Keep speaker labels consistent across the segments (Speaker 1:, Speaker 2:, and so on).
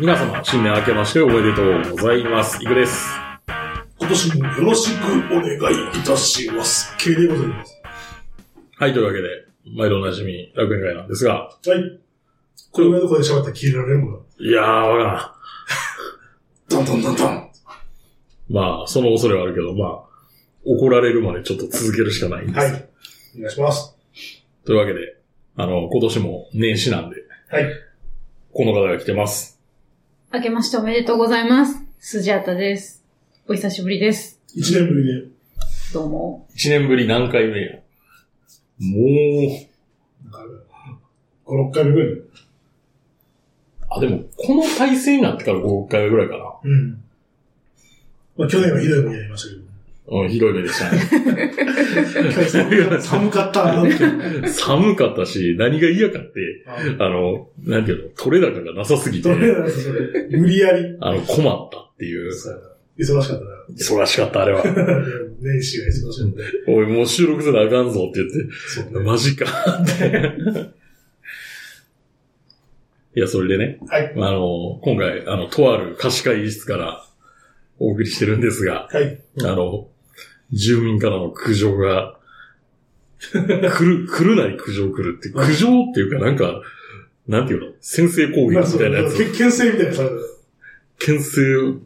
Speaker 1: 皆様、新年明けましておめでとうございます。いくです。
Speaker 2: 今年もよろしくお願いいたします。系でございます。
Speaker 1: はい、というわけで、毎度おなじみ、楽園会なんですが、
Speaker 2: はい。これぐらいの声で喋ったら消えられるのか
Speaker 1: いやー、わか
Speaker 2: な。ダンダンダンダン。
Speaker 1: らん。まあ、その恐れはあるけど、まあ、怒られるまでちょっと続けるしかないんです。
Speaker 2: はい。お願いします。
Speaker 1: というわけで、あの、今年も年始なんで、
Speaker 2: はい。
Speaker 1: この方が来てます。
Speaker 3: 明けましておめでとうございます。スジャータです。お久しぶりです。
Speaker 2: 一年ぶりで、
Speaker 3: どうも。
Speaker 1: 1年ぶり何回目やもう、
Speaker 2: 5、6回目ぐらい。
Speaker 1: あ、でも、この体制になってから5回ぐらいかな。
Speaker 2: うん。まあ去年はひどい目にやりました
Speaker 1: うん、ひどい目でしたね。
Speaker 2: けど。寒かったなって。
Speaker 1: 寒かったし、何が嫌かって、あの、なんていうの、取れ高がなさすぎて
Speaker 2: ど、れなんですか、それ。無理やり。
Speaker 1: あの、困ったっていう。
Speaker 2: 忙しかったな。
Speaker 1: 忙しかった、あれは。
Speaker 2: 年始が忙しいので。
Speaker 1: おい、もう収録せなあかんぞって言っ
Speaker 2: そう
Speaker 1: て、マジ かって。いや、それでね、
Speaker 2: はい。
Speaker 1: あの、今回、あの、とある貸し会議室からお送りしてるんですが、
Speaker 2: はい。
Speaker 1: あの、住民からの苦情 が、来る、来るなり苦情来るって、苦情っていうかなんか、なんていうの先制攻
Speaker 2: まあ
Speaker 1: 撃
Speaker 2: そ
Speaker 1: みた
Speaker 2: う、
Speaker 1: いなやつ。
Speaker 2: け牽制みたいなされた。
Speaker 1: 牽制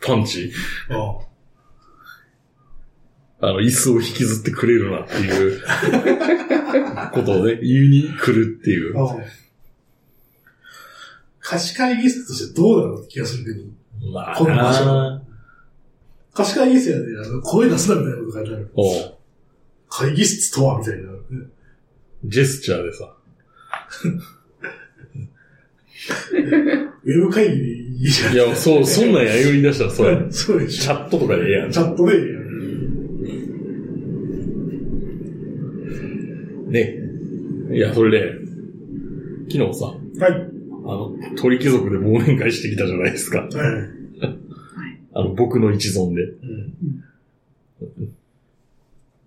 Speaker 1: パンチ。
Speaker 2: ああ。
Speaker 1: あの、椅子を引きずってくれるなって いうことをね、言いに来るっていう。
Speaker 2: ああ貸し会議室としてどうなのって気がするけど。
Speaker 1: ま
Speaker 2: この場
Speaker 1: あ
Speaker 2: 所、貸し会議室やで、あの、声出すなみたいなこと書いてある。
Speaker 1: おう
Speaker 2: 会議室とはみたいな。
Speaker 1: ジェスチャーでさ、
Speaker 2: ウェブ会議でいいじゃん。
Speaker 1: いや、そう、そんなんや言い出したら、それ、
Speaker 2: そうでし
Speaker 1: チ
Speaker 2: ょ。
Speaker 1: ャットとかでええやん。
Speaker 2: チャットでいいやん。
Speaker 1: ね。いや、それで、昨日さ、
Speaker 2: はい。
Speaker 1: あの、鳥貴族で忘年会してきたじゃないですか。
Speaker 2: はい。
Speaker 1: あの、僕の一存で。
Speaker 2: うん、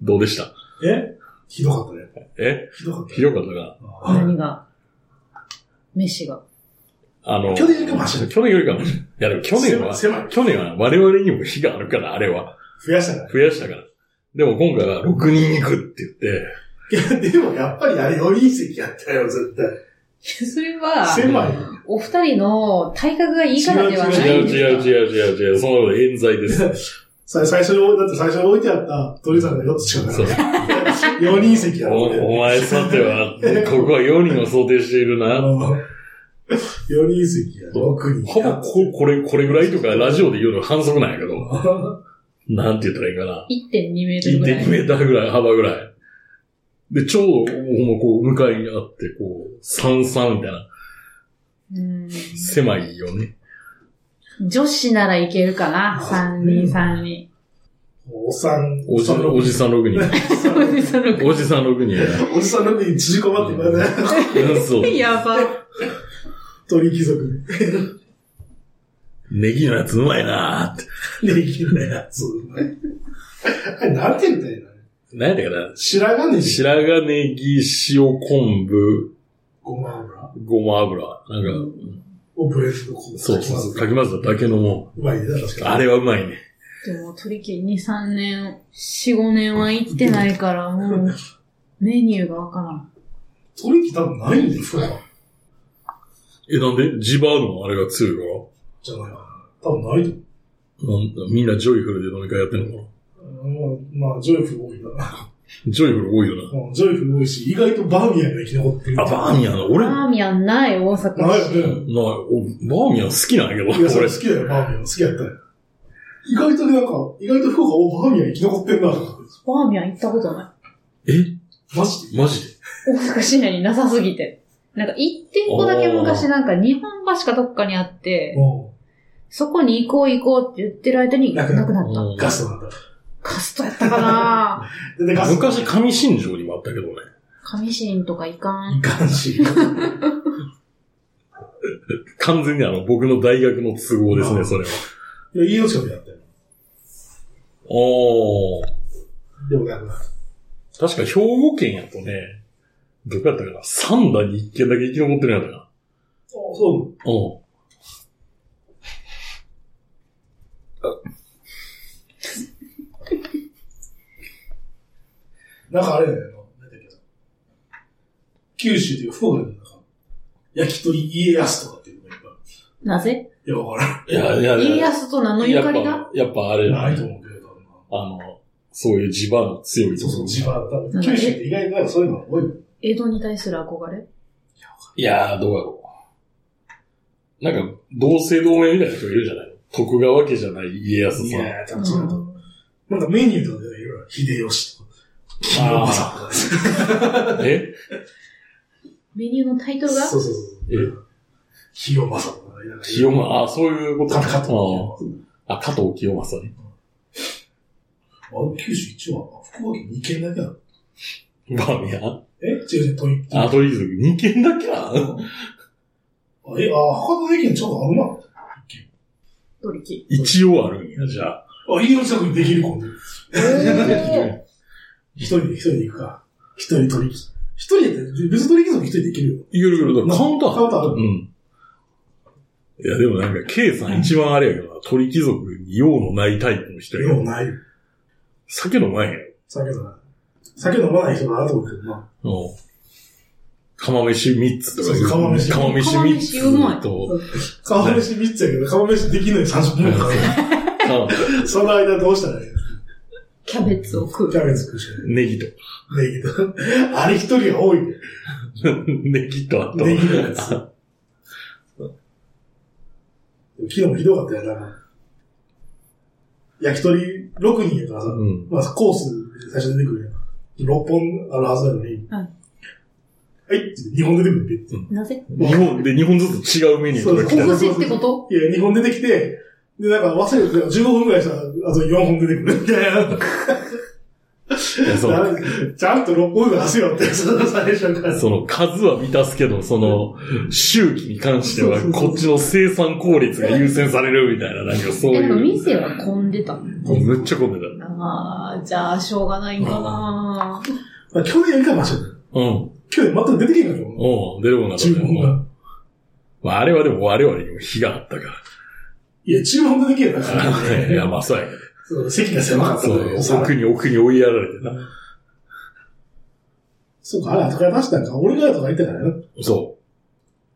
Speaker 1: どうでした
Speaker 2: えひどかったね。
Speaker 1: え
Speaker 2: ひどかった、ね。
Speaker 1: ひどかったか
Speaker 2: あ
Speaker 3: 何が飯が。
Speaker 1: あの、
Speaker 2: 去年よりかマシだ
Speaker 1: 去年よりかマシいや、でも去年は、
Speaker 2: 狭い。狭い
Speaker 1: 去年は我々にも火があるから、あれは。
Speaker 2: 増やしたから。
Speaker 1: 増やしたから。でも今回は6人行くって言って、
Speaker 2: いや、 でもやっぱりあれ4人席やったよ、絶対。
Speaker 3: それは、
Speaker 2: 狭い。
Speaker 3: お二人の体格がいいからではない。
Speaker 1: 違う違う違う違う違う、そんなこと冤罪です。
Speaker 2: さ最初に置い、だって最初に置いてあった鳥さんが4つ違うか
Speaker 1: そう
Speaker 2: ら。4人席やった
Speaker 1: おお
Speaker 2: ね。
Speaker 1: 前さては、 ここは4人を想定している な。
Speaker 2: 4人席や、6人
Speaker 1: ほぼ
Speaker 2: や。
Speaker 1: ここれ、これぐらいとかラジオで言うの反則なんやけど、なんて言ったらいいかな。
Speaker 3: 1.2メートルぐらい。
Speaker 1: 1.2メーターぐらい、幅ぐらい。で、ちょうど、ほんまこう、向かいにあって、こう、三三みたいな、
Speaker 3: うん
Speaker 1: 狭いよね。
Speaker 3: 女子ならいけるかな。3人3人。
Speaker 2: おっさん、
Speaker 1: おじ、おじさん6人。
Speaker 3: その
Speaker 1: おじさん6人やな。
Speaker 2: おじさんの目に縮こまってくれね。
Speaker 1: うんそう。
Speaker 3: やば。
Speaker 2: 鳥貴族
Speaker 1: ネギのやつうまいなーって。
Speaker 2: で。できるやつ。あれ、なんて言うんだよ。
Speaker 1: 何やったかな
Speaker 2: 白髪ねじ。
Speaker 1: 白髪ネギ、塩昆布、
Speaker 2: ごま油
Speaker 1: ごま油。なんか、
Speaker 2: をブレンドこう。
Speaker 1: そうそうそう、かき混ぜただけのも
Speaker 2: うまいね、確
Speaker 1: ん。
Speaker 2: か
Speaker 1: あれはうまいね。
Speaker 3: でも、鳥貴2、3年、4、5年は行ってない から、もう、メニューがわからん。
Speaker 2: に。鳥貴多分ないんですか
Speaker 1: え、なんでジバーのあれが強いから
Speaker 2: じゃないかな。多分ないと
Speaker 1: なんだみんなジョイフルで飲み会やってんのか
Speaker 2: 思う。うんまあ、ジョイフル多いな。
Speaker 1: なジョイフル多いよ
Speaker 2: うんジョイフル多いし、意外とバーミヤンが生き残ってる。
Speaker 1: な。あ、バーミヤンな、俺、な、
Speaker 3: ラーミヤンない、大阪市。
Speaker 2: ないよね。
Speaker 1: おバーミヤン好きなんやけど、
Speaker 2: いや、それ
Speaker 1: 俺。
Speaker 2: 好きだよ、バーミヤン。好きやったよ。意外とね、なんか、意外と福岡、お、バーミヤン生き残ってんなと思って。
Speaker 3: バーミヤン行ったことな
Speaker 1: え
Speaker 2: マジで
Speaker 1: マジで
Speaker 3: い。大阪市内になさすぎて。なんか一店舗だけ昔なんか日本橋かどっかにあって、
Speaker 2: も
Speaker 3: そこに行こう行こうって言ってる間にな
Speaker 2: な
Speaker 3: く
Speaker 2: く
Speaker 3: な
Speaker 2: な
Speaker 3: っ。
Speaker 2: った
Speaker 1: うん
Speaker 2: う、ガストなんだ。
Speaker 3: カストやったかな
Speaker 2: でで、ガスト。
Speaker 1: 昔、上新庄にもあったけどね。
Speaker 3: 上新とか行か
Speaker 2: い
Speaker 3: ん。
Speaker 2: かんし。
Speaker 1: 完全にあの、僕の大学の都合ですね、それは。
Speaker 2: いや、家の近くにあったよ。
Speaker 1: おー。
Speaker 2: でもなくなった。
Speaker 1: 確か兵庫県やとね、どこやったかな、三田に一軒だけ生き残ってるんやったかな。
Speaker 2: そう。
Speaker 1: うん。
Speaker 2: なんかあれだよね、あのなんだっけな九州というか福岡でなんか、焼き鳥家康とかっていうのがいっぱいある
Speaker 3: なぜ
Speaker 2: いや、わからん。
Speaker 1: いやいやい
Speaker 3: 家
Speaker 1: や。
Speaker 3: 康と名のゆ
Speaker 1: やっ
Speaker 3: か
Speaker 1: ぱ
Speaker 3: りが、
Speaker 1: やっぱあれ
Speaker 2: ないと
Speaker 1: だね。
Speaker 2: 思うけど、多分な
Speaker 1: あの、そういう地場の強いと
Speaker 2: そう
Speaker 1: こ
Speaker 2: そう、
Speaker 1: ろ。
Speaker 2: 地盤。多分九州って意外となんかそういうのが多いもん。
Speaker 3: 江戸に対する憧れ
Speaker 1: いやー、どうやろう。なんか、同姓同名みたいな人いるじゃない徳川家じゃない家康
Speaker 2: い
Speaker 1: さん。
Speaker 2: や多分そうだと思う。なんかメニューとかでいろいろ、秀吉とか、清正とか。
Speaker 1: え
Speaker 3: メニューのタイトルが
Speaker 2: そうそうそう。清正とか、なんか
Speaker 1: 清正、あ、そういうこと
Speaker 2: か、加
Speaker 1: か。
Speaker 2: 藤清
Speaker 1: ああ、加藤清正ね。
Speaker 2: 正。あ、九州一応、あ福岡県二県だけなの
Speaker 1: バーミヤン。
Speaker 2: え違う違う、トイ
Speaker 1: あ、とりあえず、二軒だけな
Speaker 2: あえ、あ、博多の駅にちょっとあるな。
Speaker 3: ドリキ。
Speaker 1: 一応あるんや、じゃあ。
Speaker 2: あ、家の近くにできる、今度。
Speaker 3: え
Speaker 2: 一人で、一人で行くか。一人取り引き。一人やったら、別に取り引き族一人で行けるよ。
Speaker 1: いろいろ、だからカウンター
Speaker 2: カウンターある
Speaker 1: うん。いや、でもなんか、K さん一番あれやけどな、鳥貴族に用のないタイプの人や
Speaker 2: 用
Speaker 1: よ。
Speaker 2: ないよ。
Speaker 1: 酒飲まへんやろ。
Speaker 2: 酒飲まない。酒飲まない人だなと思うけどな。
Speaker 1: うん。釜飯3つとか
Speaker 2: そうそう釜飯
Speaker 1: 釜飯3つ
Speaker 3: 釜飯うまい
Speaker 1: と、
Speaker 2: 釜飯3つやけど、釜飯できない30分かか
Speaker 1: あ
Speaker 2: る。その間どうしたらいいの
Speaker 3: キャベツを食
Speaker 2: キ
Speaker 3: う。
Speaker 2: ャベツ食うしかない。
Speaker 1: ネギと。
Speaker 2: ネギと。あれ一人が多いね。
Speaker 1: ネギとあと、
Speaker 2: ネギのやつ。昨日もひどかったよな。焼き鳥6人やからさ、
Speaker 1: うん。
Speaker 2: まあコースで最初出てくるやん。6本あるはずなのに、
Speaker 3: はい
Speaker 2: はいって2本出てくるって。
Speaker 3: なぜ
Speaker 1: 日本で、日本ずつ違うメニューとか来た
Speaker 2: そう
Speaker 1: ら、
Speaker 3: 拳ってこと
Speaker 2: いや、2本出てきて、で、なんか忘れて15分くらいしたら、あと4本出てくるみたいな。
Speaker 1: いやそう。
Speaker 2: ちゃんと6本出せよって、その最初から。
Speaker 1: その数は満たすけど、その、周期に関しては
Speaker 2: そう、そうそう
Speaker 1: こっちの生産効率が優先されるみたいな、なんかそう
Speaker 3: え、でも
Speaker 1: いう。
Speaker 3: 店は混んでたの
Speaker 1: もうめっちゃ混んで
Speaker 3: ああ、じゃあ、しょうがないんかな
Speaker 2: まあ、去年よりかはマシだよ。
Speaker 1: た。うん。
Speaker 2: 去年全く出てけんかよ。
Speaker 1: うん。出るもんなか
Speaker 2: 注
Speaker 1: った
Speaker 2: 文
Speaker 1: よ。
Speaker 2: が。
Speaker 1: まあ、あれはでも我々にも火があったか。
Speaker 2: いや、注文出てけんよなから
Speaker 1: いや、
Speaker 2: ら。
Speaker 1: まあ、そうやけど。
Speaker 2: そう席が狭かった
Speaker 1: そ
Speaker 2: からお
Speaker 1: う。
Speaker 2: 皿
Speaker 1: 奥に奥に追いやられてな。
Speaker 2: そうか、あれ後から出したんか。俺がとか言ってたからな。
Speaker 1: そ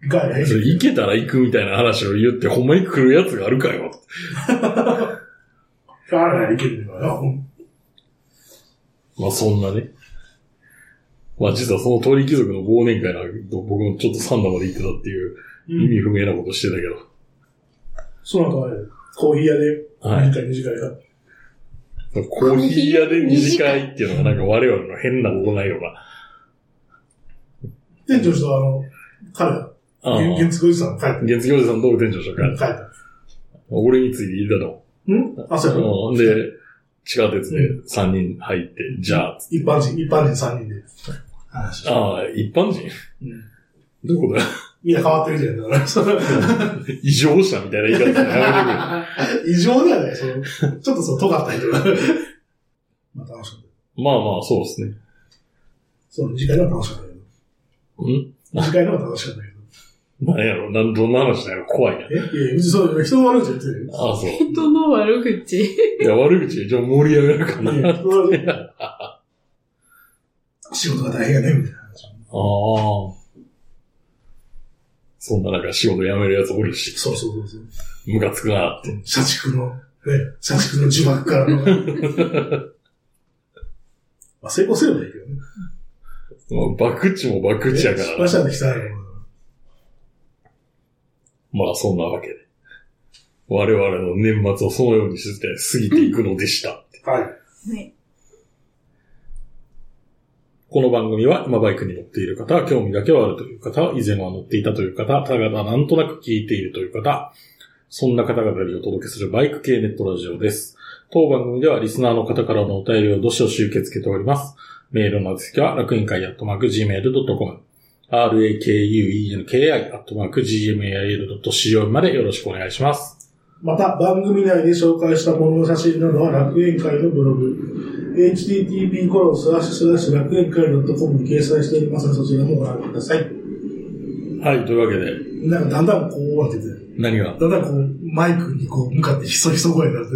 Speaker 1: う。
Speaker 2: ガ イ
Speaker 1: それ行けたら行くみたいな話を言って、ほんまに来るやつがあるかよ。
Speaker 2: ガイいけるのよ。
Speaker 1: まあそんなね。まあ実はその鳥貴族の忘年会の後僕もちょっとサンダまで行ってたっていう
Speaker 2: う
Speaker 1: 意
Speaker 2: ん
Speaker 1: 味不明なことしてたけど。
Speaker 2: その後あれ、コーヒー屋で、
Speaker 1: は
Speaker 2: 何
Speaker 1: い。
Speaker 2: 回二次会が。
Speaker 1: コーヒー屋で二次会っていうのがなんか我々の変なことないよな。
Speaker 2: 店長とあの、彼が、
Speaker 1: ああ。
Speaker 2: 原原付おじさん帰って、
Speaker 1: 月曜日さんどう店長でしょう
Speaker 2: 帰っ
Speaker 1: か
Speaker 2: た。
Speaker 1: 俺について言いたの。
Speaker 2: んあ、そうやろ
Speaker 1: うんで、地下鉄で3人入って、じゃあ、つっ
Speaker 2: 一般人、一般人三人で。話して
Speaker 1: ああ、一般人
Speaker 2: うん
Speaker 1: どういうことだ
Speaker 2: みんな変わってるじゃん。だ からその
Speaker 1: 異常者みたいな言い方やめてくれ。
Speaker 2: 異常ではない。そのちょっとその尖った人が。 まあ楽しかった。
Speaker 1: まあまあ、そうですね。
Speaker 2: その二次会では楽しかったけど。
Speaker 1: ん
Speaker 2: 二次会では楽しかったけど。
Speaker 1: なんやろなん、どんな話なんやろ怖いな。
Speaker 2: えいやいや、別にそう、人の悪口言ってるよ。
Speaker 1: ああ、そう。い
Speaker 3: 人の悪口。
Speaker 1: や、悪口、じゃあ盛り上がるかな。
Speaker 2: い
Speaker 1: あ
Speaker 2: や人の悪口仕事が大変やね、みたいな話。
Speaker 1: あ。そんななんか仕事辞めるやつおるし、
Speaker 2: そうそうそうそう。
Speaker 1: ムカつくなって。
Speaker 2: 社畜の、ね、社畜の呪縛からの。 まあ成功すればいいけどね。
Speaker 1: まあ、バクチもバクチやか
Speaker 2: 失
Speaker 1: ら
Speaker 2: 敗
Speaker 1: な
Speaker 2: したらできたらもう
Speaker 1: まあ、そんなわけで。我々の年末をそのようにして過ぎていくのでした。
Speaker 2: はい。
Speaker 3: はい。
Speaker 1: この番組は今バイクに乗っている方、興味だけはあるという方、以前は乗っていたという方、ただなんとなく聞いているという方、そんな方々にお届けするバイク系ネットラジオです。当番組ではリスナーの方からのお便りをどしどし受け付けております。メールの宛先は楽園会アットマーク gmail.com、rakuenki アットマーク gmail.co までよろしくお願いします。
Speaker 2: また、番組内で紹介したものの写真などは楽園会のブログ、http コロンスラッシュスラッシュ楽園会 .com に掲載しておりますので、そちらもご覧ください。
Speaker 1: はい、というわけで、
Speaker 2: なんかだんだんこうなってて、
Speaker 1: 何が
Speaker 2: だんだんこう、マイクにこう向かってひそひそ声になってて、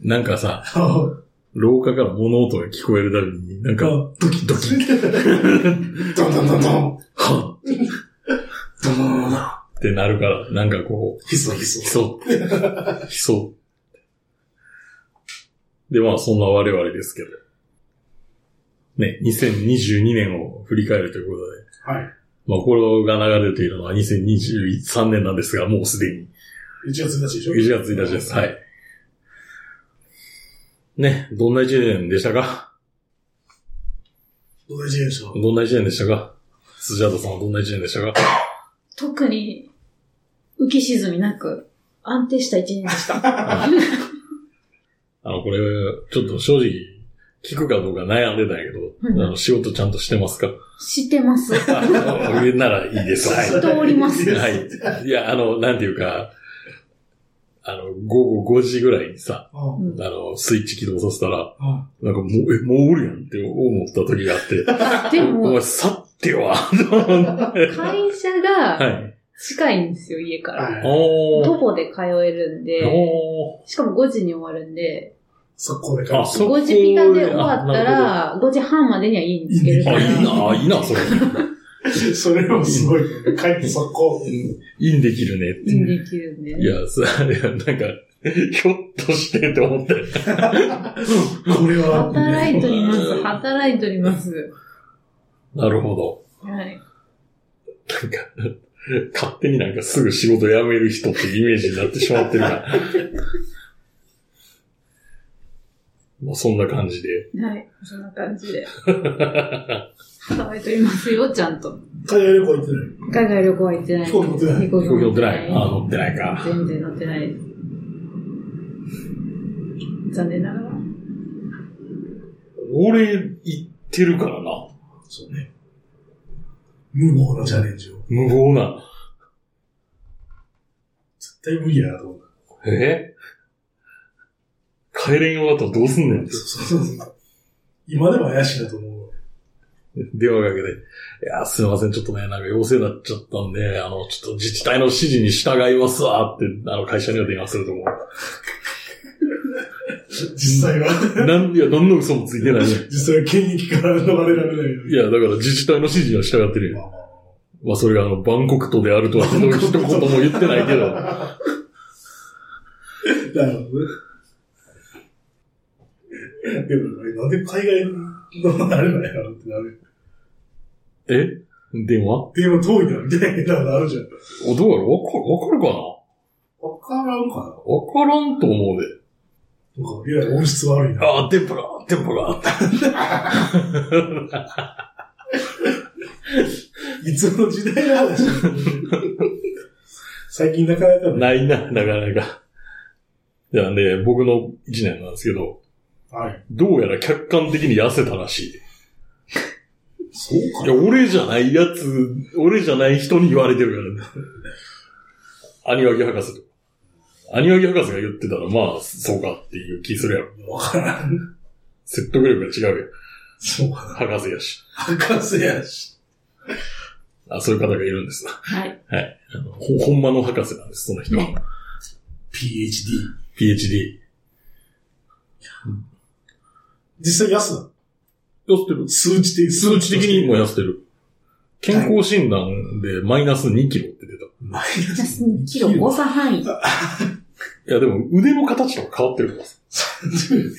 Speaker 1: なんかさ、
Speaker 2: あの
Speaker 1: 廊下から物音が聞こえるたびに、なんか、
Speaker 2: あ
Speaker 1: ドキドキ、ドンドンドンドン、はっ、ドンドンドンドンってなるから、なんかこう、
Speaker 2: ひそひそ
Speaker 1: ひそう。ひそう。で、まあ、そんな我々ですけど。ね、2022年を振り返るということで、
Speaker 2: はい。
Speaker 1: まあ、これが流れているのは2023年なんですが、もうすでに
Speaker 2: 1月1日でしょ
Speaker 1: 1月1日です。はい。ね、どんな一年でしたか
Speaker 2: 同じでしょ
Speaker 1: どんな一年でしたかスジャードさんはどんな一年でしたか
Speaker 3: 特に、浮き沈みなく、安定した一年でした。
Speaker 1: あの、これ、ちょっと正直、聞くかどうか悩んでたんやけど、
Speaker 3: うん
Speaker 1: あの仕事ちゃんとしてますか
Speaker 3: 知っ てます。
Speaker 1: あ言うならいいです。はい。
Speaker 3: 人おります
Speaker 1: はい。いや、あの、なんていうか、あの、午後5時ぐらいにさ、
Speaker 2: ああ
Speaker 1: あの、スイッチ起動させたら、
Speaker 2: あ
Speaker 1: なんかもう、え、もうおるやんって思った時があって、
Speaker 3: で
Speaker 1: お
Speaker 3: も、
Speaker 1: 前、去ってよ、は
Speaker 3: 会社が
Speaker 1: い。
Speaker 3: 近いんですよ、家か
Speaker 2: あはい。
Speaker 3: ら。
Speaker 1: お
Speaker 3: 徒
Speaker 1: ー。
Speaker 3: 歩で通えるんで、
Speaker 1: お
Speaker 3: しかも5時に終わるんで、
Speaker 2: 速攻で帰る
Speaker 1: あそこ
Speaker 3: 5時ピタで終わったら、5時半までには家に着ける
Speaker 1: ー。
Speaker 3: か
Speaker 1: あ、
Speaker 3: ら。
Speaker 1: いいな、いいな、それ。
Speaker 2: それもすごい。帰って速攻。
Speaker 1: インできるねって
Speaker 3: いいねできるんで。
Speaker 1: いや、さ、いやなんか、ひょっとしてって思って。
Speaker 2: これは。
Speaker 3: 働いとります。働いとります。
Speaker 1: なるほ
Speaker 3: はい。
Speaker 1: ど。なんか、勝手になんかすぐ仕事辞める人っていうイメージになってしまってるな。 まあ、そんな感じで。
Speaker 3: はい。そんな感 じで。働いとりますよ、ちゃんと。
Speaker 2: 海外旅行行ってない。
Speaker 3: 海外旅行は行ってない。
Speaker 2: 飛行機乗ってない
Speaker 3: 飛行
Speaker 1: 飛行機乗ってない。あ、乗ってないか。
Speaker 3: 全然乗ってないです。残念ながら。
Speaker 1: 俺、行ってるからな。
Speaker 2: そうね。無謀なチャレンジを。
Speaker 1: 無謀な。
Speaker 2: 絶対無理やなと思う。
Speaker 1: え帰れんようだとどうすんねん。
Speaker 2: そうそうそう。今でも怪しいなと思う。
Speaker 1: 電話かけて、いや、すいません、ちょっとね、なんか陽性になっちゃったんで、あの、ちょっと自治体の指示に従いますわって、あの、会社には電話すると思う。
Speaker 2: 実際は、
Speaker 1: なん、いや、何の嘘もついてないね。
Speaker 2: 実際は権益から逃れられないの
Speaker 1: いや、だから自治体の指示には従ってるよ。
Speaker 2: まあまあ
Speaker 1: まあ、それがあの、バンコク都であるとは一言も言ってないけど。
Speaker 2: なるほどね。でも、なんで海外のあれなんやろってなる。
Speaker 1: え電話
Speaker 2: でも遠いな、みたいなのあるじゃん。
Speaker 1: お、どうやろわかる、わかるかな
Speaker 2: わからんか
Speaker 1: わからんと思うで。
Speaker 2: ななんか、いや、音質悪いな。
Speaker 1: ああ、電波が、電波があった。
Speaker 2: いつの時代の話最近なかなかね。
Speaker 1: ないな、なかなか。じゃあね、僕の一年なんですけど、
Speaker 2: はい。
Speaker 1: どうやら客観的に痩せたらしい。
Speaker 2: そう
Speaker 1: い
Speaker 2: か
Speaker 1: や、
Speaker 2: な。
Speaker 1: 俺じゃないやつ、俺じゃない人に言われてるからね。アニワギ博士とか。アニワギ博士が言ってたら、まあ、そうかっていう気するやろ。
Speaker 2: わからん。
Speaker 1: 説得力が違うよ。
Speaker 2: そうかな。
Speaker 1: 博士やし。
Speaker 2: 博士やし。
Speaker 1: あ、そういう方がいるんですな。
Speaker 3: はい。
Speaker 1: あのほ、ほんまの博士なんです、その人は。
Speaker 2: PhD。
Speaker 1: PhD。
Speaker 2: 実際安な。
Speaker 1: 痩せてる。
Speaker 2: 数値的、
Speaker 1: 数値的にも痩せてる。健康診断でマイナス2キロって出た。
Speaker 2: マイ
Speaker 3: じ
Speaker 2: ナ
Speaker 3: ゃあ
Speaker 2: ス
Speaker 3: 2キロ 誤差範囲。
Speaker 1: いや、でも腕の形とか変わってるからさ。
Speaker 2: 30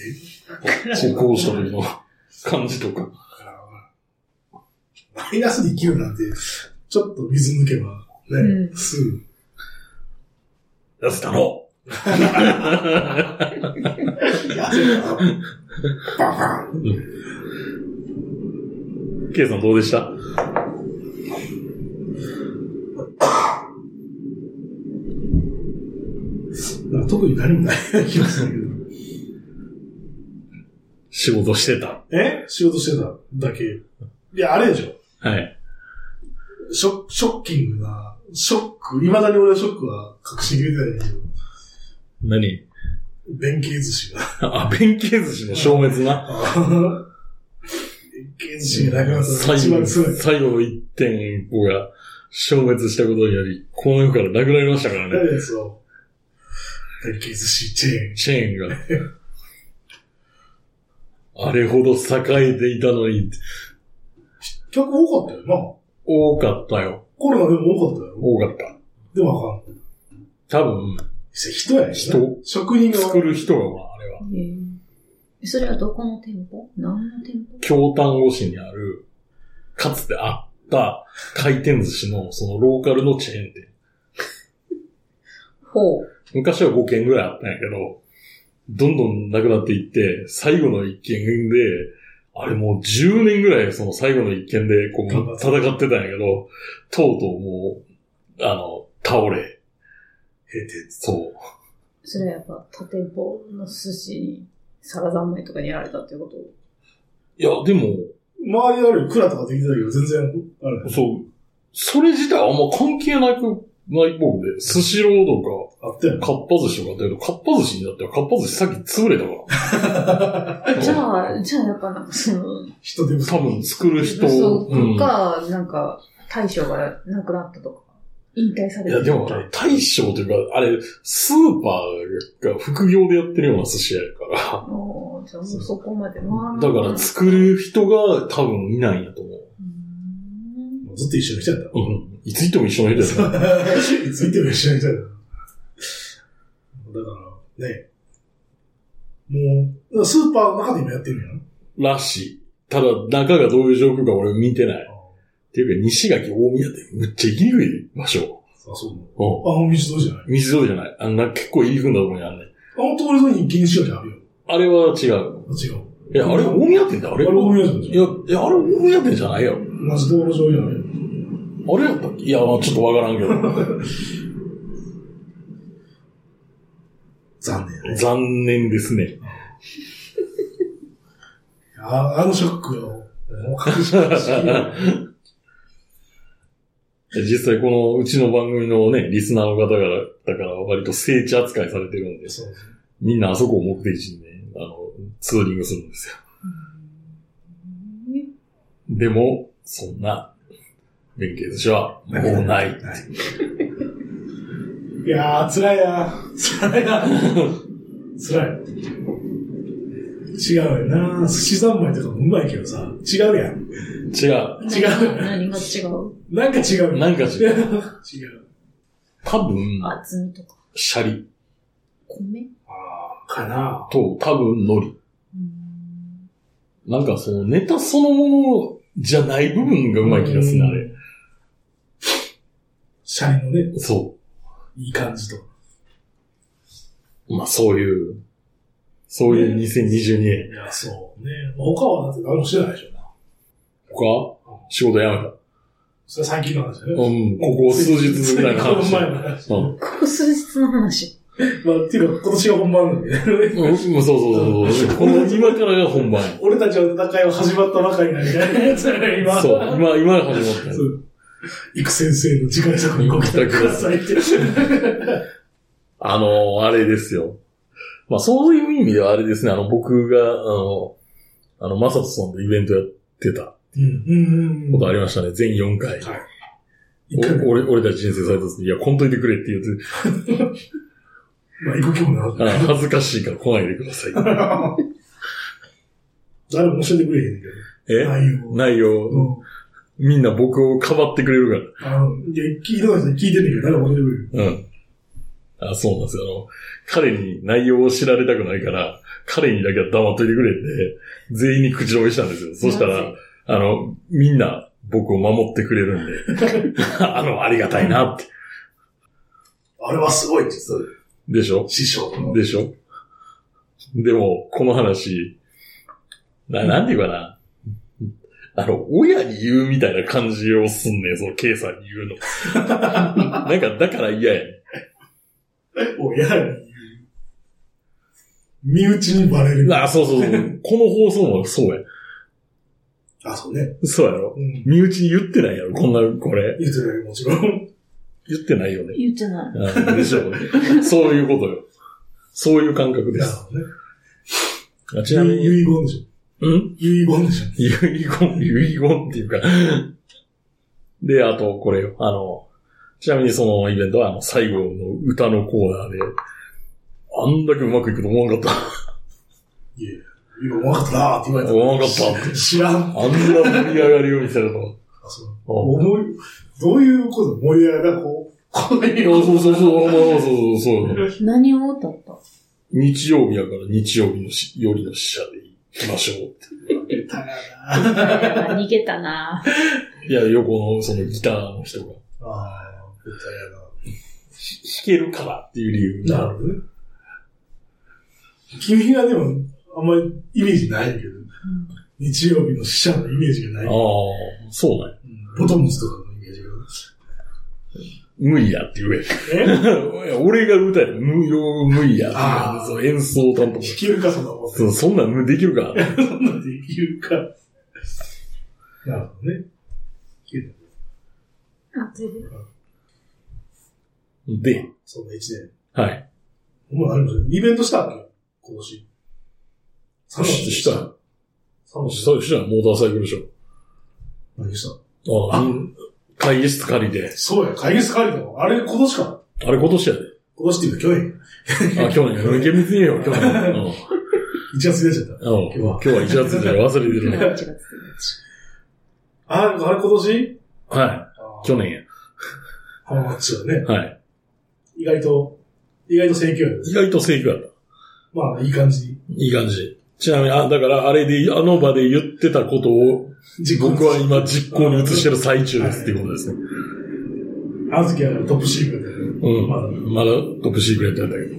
Speaker 2: ね。
Speaker 1: こうした時の感じとか。
Speaker 2: マイナスに9なんて、ちょっと水抜けば、ね、
Speaker 3: うん
Speaker 2: すぐ。
Speaker 1: 痩せたの
Speaker 2: やせたバカン
Speaker 1: K さんどうでした
Speaker 2: まあ特に何もない気がする
Speaker 1: 仕事してた。
Speaker 2: けど。え仕事してただけ。いや、あれでしょ。
Speaker 1: はい。
Speaker 2: ショック、ショッキングな、ショック、未だに俺はショックは隠しきれてないんだけど、
Speaker 1: 何
Speaker 2: 弁慶寿司が。
Speaker 1: あ、弁慶寿司の消滅な。
Speaker 2: 弁慶寿司がなくなったのが
Speaker 1: 最
Speaker 2: 一
Speaker 1: 後
Speaker 2: 番
Speaker 1: の、
Speaker 2: 辛い。
Speaker 1: 最後の1.5が消滅したことにより、この世からなくなりましたからね。
Speaker 2: えそう。弁慶寿司チェーン。
Speaker 1: チェーンが。あれほど栄えていたのに、
Speaker 2: 客多かったよな。
Speaker 1: 多かったよ。
Speaker 2: コロナでも多かったよ。
Speaker 1: 多かった。
Speaker 2: でもわかんない。
Speaker 1: 多分、
Speaker 2: 人やねんな。
Speaker 1: 人
Speaker 2: 職人が
Speaker 1: 作る人が、あれは、
Speaker 3: へえそれはどこの店舗何の店舗
Speaker 1: 京丹後市にある、かつてあった回転寿司の、そのローカルのチェーン店。
Speaker 3: ほう。
Speaker 1: 昔は5軒ぐらいあったんやけど、どんどんなくなっていって、最後の1軒で、あれもう10年ぐらいその最後の1軒でこう
Speaker 2: 頑張
Speaker 1: 戦ってたんやけど、とうとうもう、あの、倒れ。閉店。そう。
Speaker 3: それはやっぱ、他店舗の寿司に、皿三昧とかにやられたっていうこと
Speaker 1: いや、でも、
Speaker 2: 周りある蔵とかできてたけど、全然、あれ、
Speaker 1: そう、それ自体はあんま関係なく、ない僕で、スシローと
Speaker 2: あったよ
Speaker 1: か、。かっぱ寿司とかだけど、かっぱ寿司になってはかっぱ寿司さっき潰れたから。
Speaker 3: じゃあ、じゃあやっぱなんかその、
Speaker 2: 人手不足。
Speaker 1: 多分作る人、
Speaker 3: そうか、なんか、大将が亡くなったとか、引退さ
Speaker 1: い
Speaker 3: れ
Speaker 1: や、
Speaker 3: て
Speaker 1: でも、大将というか、あれ、スーパーが副業でやってるような寿司屋やか
Speaker 3: もう、じゃあもうそこまで。まあ、
Speaker 1: ら。だから、作る人が多分いないんやと思う。
Speaker 3: うん
Speaker 2: ずっと一緒にしちゃった。
Speaker 1: うん。いつ行っても一緒の人やな。
Speaker 2: ついても一緒にし ちゃった。だから、ね。もう、だからスーパーの中で今やってるんやん。
Speaker 1: らしい。ただ、中がどういう状況か俺見てない。っていうか、西垣大宮ってむっちゃ入り食い場所。
Speaker 2: あ、そう。
Speaker 1: う
Speaker 2: あの道どうじゃない
Speaker 1: ん。水通りじゃない。あんな結構入り組んだとこにあるね。
Speaker 2: あの通り沿いに錦糸町あるよ。
Speaker 1: あれは違う。
Speaker 2: あ違う。
Speaker 1: いや、あれ大宮店だ、あ
Speaker 2: あ
Speaker 1: れ。
Speaker 2: れ、大宮城
Speaker 1: い
Speaker 2: じ
Speaker 1: や、
Speaker 2: ゃん。
Speaker 1: いや、あれ大宮店じゃないよ。
Speaker 2: 同じ道路上じゃない
Speaker 1: あれやったっけいや、まあちょっとわからんけ ど。
Speaker 2: 残念やね。
Speaker 1: 残念ですね。
Speaker 2: ああのショックよ。もう隠し隠し
Speaker 1: 実際このうちの番組のね、リスナーの方から、だから割と聖地扱いされてるんで、
Speaker 2: そうですね
Speaker 1: みんなあそこを目的地にね、あの、ツーリングするんですよ。でも、そんな、弁慶寿司はもうない。
Speaker 2: いやー、辛いな。辛 いな。辛い。違うよな。寿司三昧とかもうまいけどさ。違うやん。
Speaker 1: 違う。
Speaker 2: 違う
Speaker 3: 何が違う
Speaker 2: なんか 違う。
Speaker 1: なんか違う。
Speaker 2: 違う。
Speaker 1: 多分、
Speaker 3: 厚みとか、
Speaker 1: シャリ
Speaker 3: 米
Speaker 2: あーかな。
Speaker 1: と多分海苔。
Speaker 3: うん
Speaker 1: なんかそのネタそのものじゃない部分がうまい気がするね、あれ。
Speaker 2: シャリのね、
Speaker 1: そ
Speaker 2: いい感じと。
Speaker 1: う。まあそういう、そういう2022年。
Speaker 2: いや、そうね。他はだって何もしてないでしょ。
Speaker 1: 他仕事辞めた。
Speaker 2: それ最近の話だね。
Speaker 1: うん、ここ数日ぐらい の話。
Speaker 2: この前の話。
Speaker 1: う
Speaker 2: ま
Speaker 1: ん
Speaker 2: あ、
Speaker 3: ここ数日の話。
Speaker 2: っていうか、今年が本番なんで。
Speaker 1: うん、そうそうそうそう。この今からが本番。
Speaker 2: 俺たちの戦いは始まったばかりなんみたいなやつだね、今。
Speaker 1: そう、今、今が始まっ
Speaker 2: そう。育先生の次回作にご期待くださいって。
Speaker 1: た。あのー、あれですよ。まあ、そういう意味ではあれですね、あの、僕が、あの、あの、マサトさんとイベントやってた
Speaker 2: うん、うん、う
Speaker 1: こ
Speaker 2: ん。
Speaker 1: とありましたね、全4回。
Speaker 2: はい一回
Speaker 1: お
Speaker 2: も、
Speaker 1: 俺、俺たち人生最多です。いや、こんといてくれって言って、
Speaker 2: まあ、行く気もなかった。
Speaker 1: あ恥ずかしいから来ないでくだ さい。
Speaker 2: 誰も教えてくれへんねんけ
Speaker 1: え
Speaker 2: ど。内容を。
Speaker 1: 内容、
Speaker 2: うん。
Speaker 1: みんな僕をかばってくれるから。
Speaker 2: あの、いや、聞いた人に聞いてるけど、誰も教えてくれる。
Speaker 1: うん。あ、そうなんですよ。あの、彼に内容を知られたくないから、彼にだけは黙っといてくれって、全員に口止めしたんですよ。そしたら、あの、みんな僕を守ってくれるんで、 あの、ありがたいなって。
Speaker 2: あれはすごいって言ってたよ
Speaker 1: でしょ
Speaker 2: 師匠の。
Speaker 1: でしょでも、この話、な、なんていうかな。あの、親に言うみたいな感じをすんねん、その、ケイさんに言う の。なんか、だから嫌やねん。
Speaker 2: おやはり、身内にバレる。
Speaker 1: あ、そうそうそう。この放送もそうや。
Speaker 2: あ、そうね。
Speaker 1: そうやろ。
Speaker 2: うん。
Speaker 1: 身内に言ってないやろ、こんな、これ。
Speaker 2: 言ってない、もちろん。
Speaker 1: 言ってないよね。
Speaker 3: 言ってない。
Speaker 1: あでしょう ね。そういうことよ。そういう感覚で
Speaker 2: なる
Speaker 1: す。
Speaker 2: ほどね。
Speaker 1: あちなみに、
Speaker 2: 遺言でしょ。
Speaker 1: うん
Speaker 2: 遺言でしょ。
Speaker 1: 遺言、遺言っていうか。で、あと、これよ。あの、ちなみにそのイベントは、あの、最後の歌のコーナーで、あんだけうまくいくと思わなかった。
Speaker 2: いや今、わかったなーって言われた。
Speaker 1: わかった。
Speaker 2: 知らん。
Speaker 1: あんな盛り上がりを見せるの。
Speaker 2: あそう
Speaker 1: うん
Speaker 2: 思い、どういうこと盛り上がりがこう、この
Speaker 1: いや
Speaker 2: 色を。
Speaker 1: そうそうそう、まあそうそうそう。
Speaker 3: 何を歌った
Speaker 1: 日曜日やから日曜日のし夜の死者で行きましょうって。
Speaker 2: たや
Speaker 3: 逃げたない
Speaker 1: や、横のそのギターの人が弾
Speaker 2: なああ、
Speaker 1: けるからっていう理由
Speaker 2: たやな。なるほどね。君はでも、あんまりイメージないけど、日曜日の死者のイメージが
Speaker 1: あ
Speaker 2: な
Speaker 1: あ
Speaker 2: い。、
Speaker 1: そうなんや。
Speaker 2: ボトムスとかのイメージが
Speaker 1: 無理やって言
Speaker 2: え
Speaker 1: え。いや俺が歌えば無用無理やって
Speaker 2: ああ
Speaker 1: そう演奏担当
Speaker 2: 弾。けるか、そんなもん。
Speaker 1: そうそんなん無できるか。
Speaker 2: そんなんできるか。なるほどね。けど
Speaker 1: で、
Speaker 2: そんな一年。
Speaker 1: はい。
Speaker 2: もうあれもイベントしたっけ今年。
Speaker 1: そしてした。
Speaker 2: 三月
Speaker 1: そうしたらモーターサイクルショ
Speaker 2: 何した
Speaker 1: ー。ああ、会議室借りて。
Speaker 2: そうや、会議室借りたの。あれ、今年か。
Speaker 1: あれ今年やで。
Speaker 2: 今年っていうか去年。
Speaker 1: あ、去年。 うん厳密に言えよ、去年。うん
Speaker 2: 1月1日だっ
Speaker 1: うん。今日は1月で忘れてるね。
Speaker 2: た。あれ、あれ今年
Speaker 1: は
Speaker 2: あ
Speaker 1: い。去年
Speaker 2: 浜松だ
Speaker 1: や。
Speaker 2: ね。
Speaker 1: はい。
Speaker 2: 意外と、意外と盛況やね
Speaker 1: 意外と正義だった。
Speaker 2: まあ、いい感じに。
Speaker 1: いい感じ。ちなみに、あ、だからあれで、あの場で言ってたことを、僕は今実行に移して
Speaker 2: る。
Speaker 1: る最中ですっていうことですね。
Speaker 2: あずきはトップシークレット
Speaker 1: うん。
Speaker 2: ま
Speaker 1: ま
Speaker 2: だ
Speaker 1: だトップシークレットやったけど。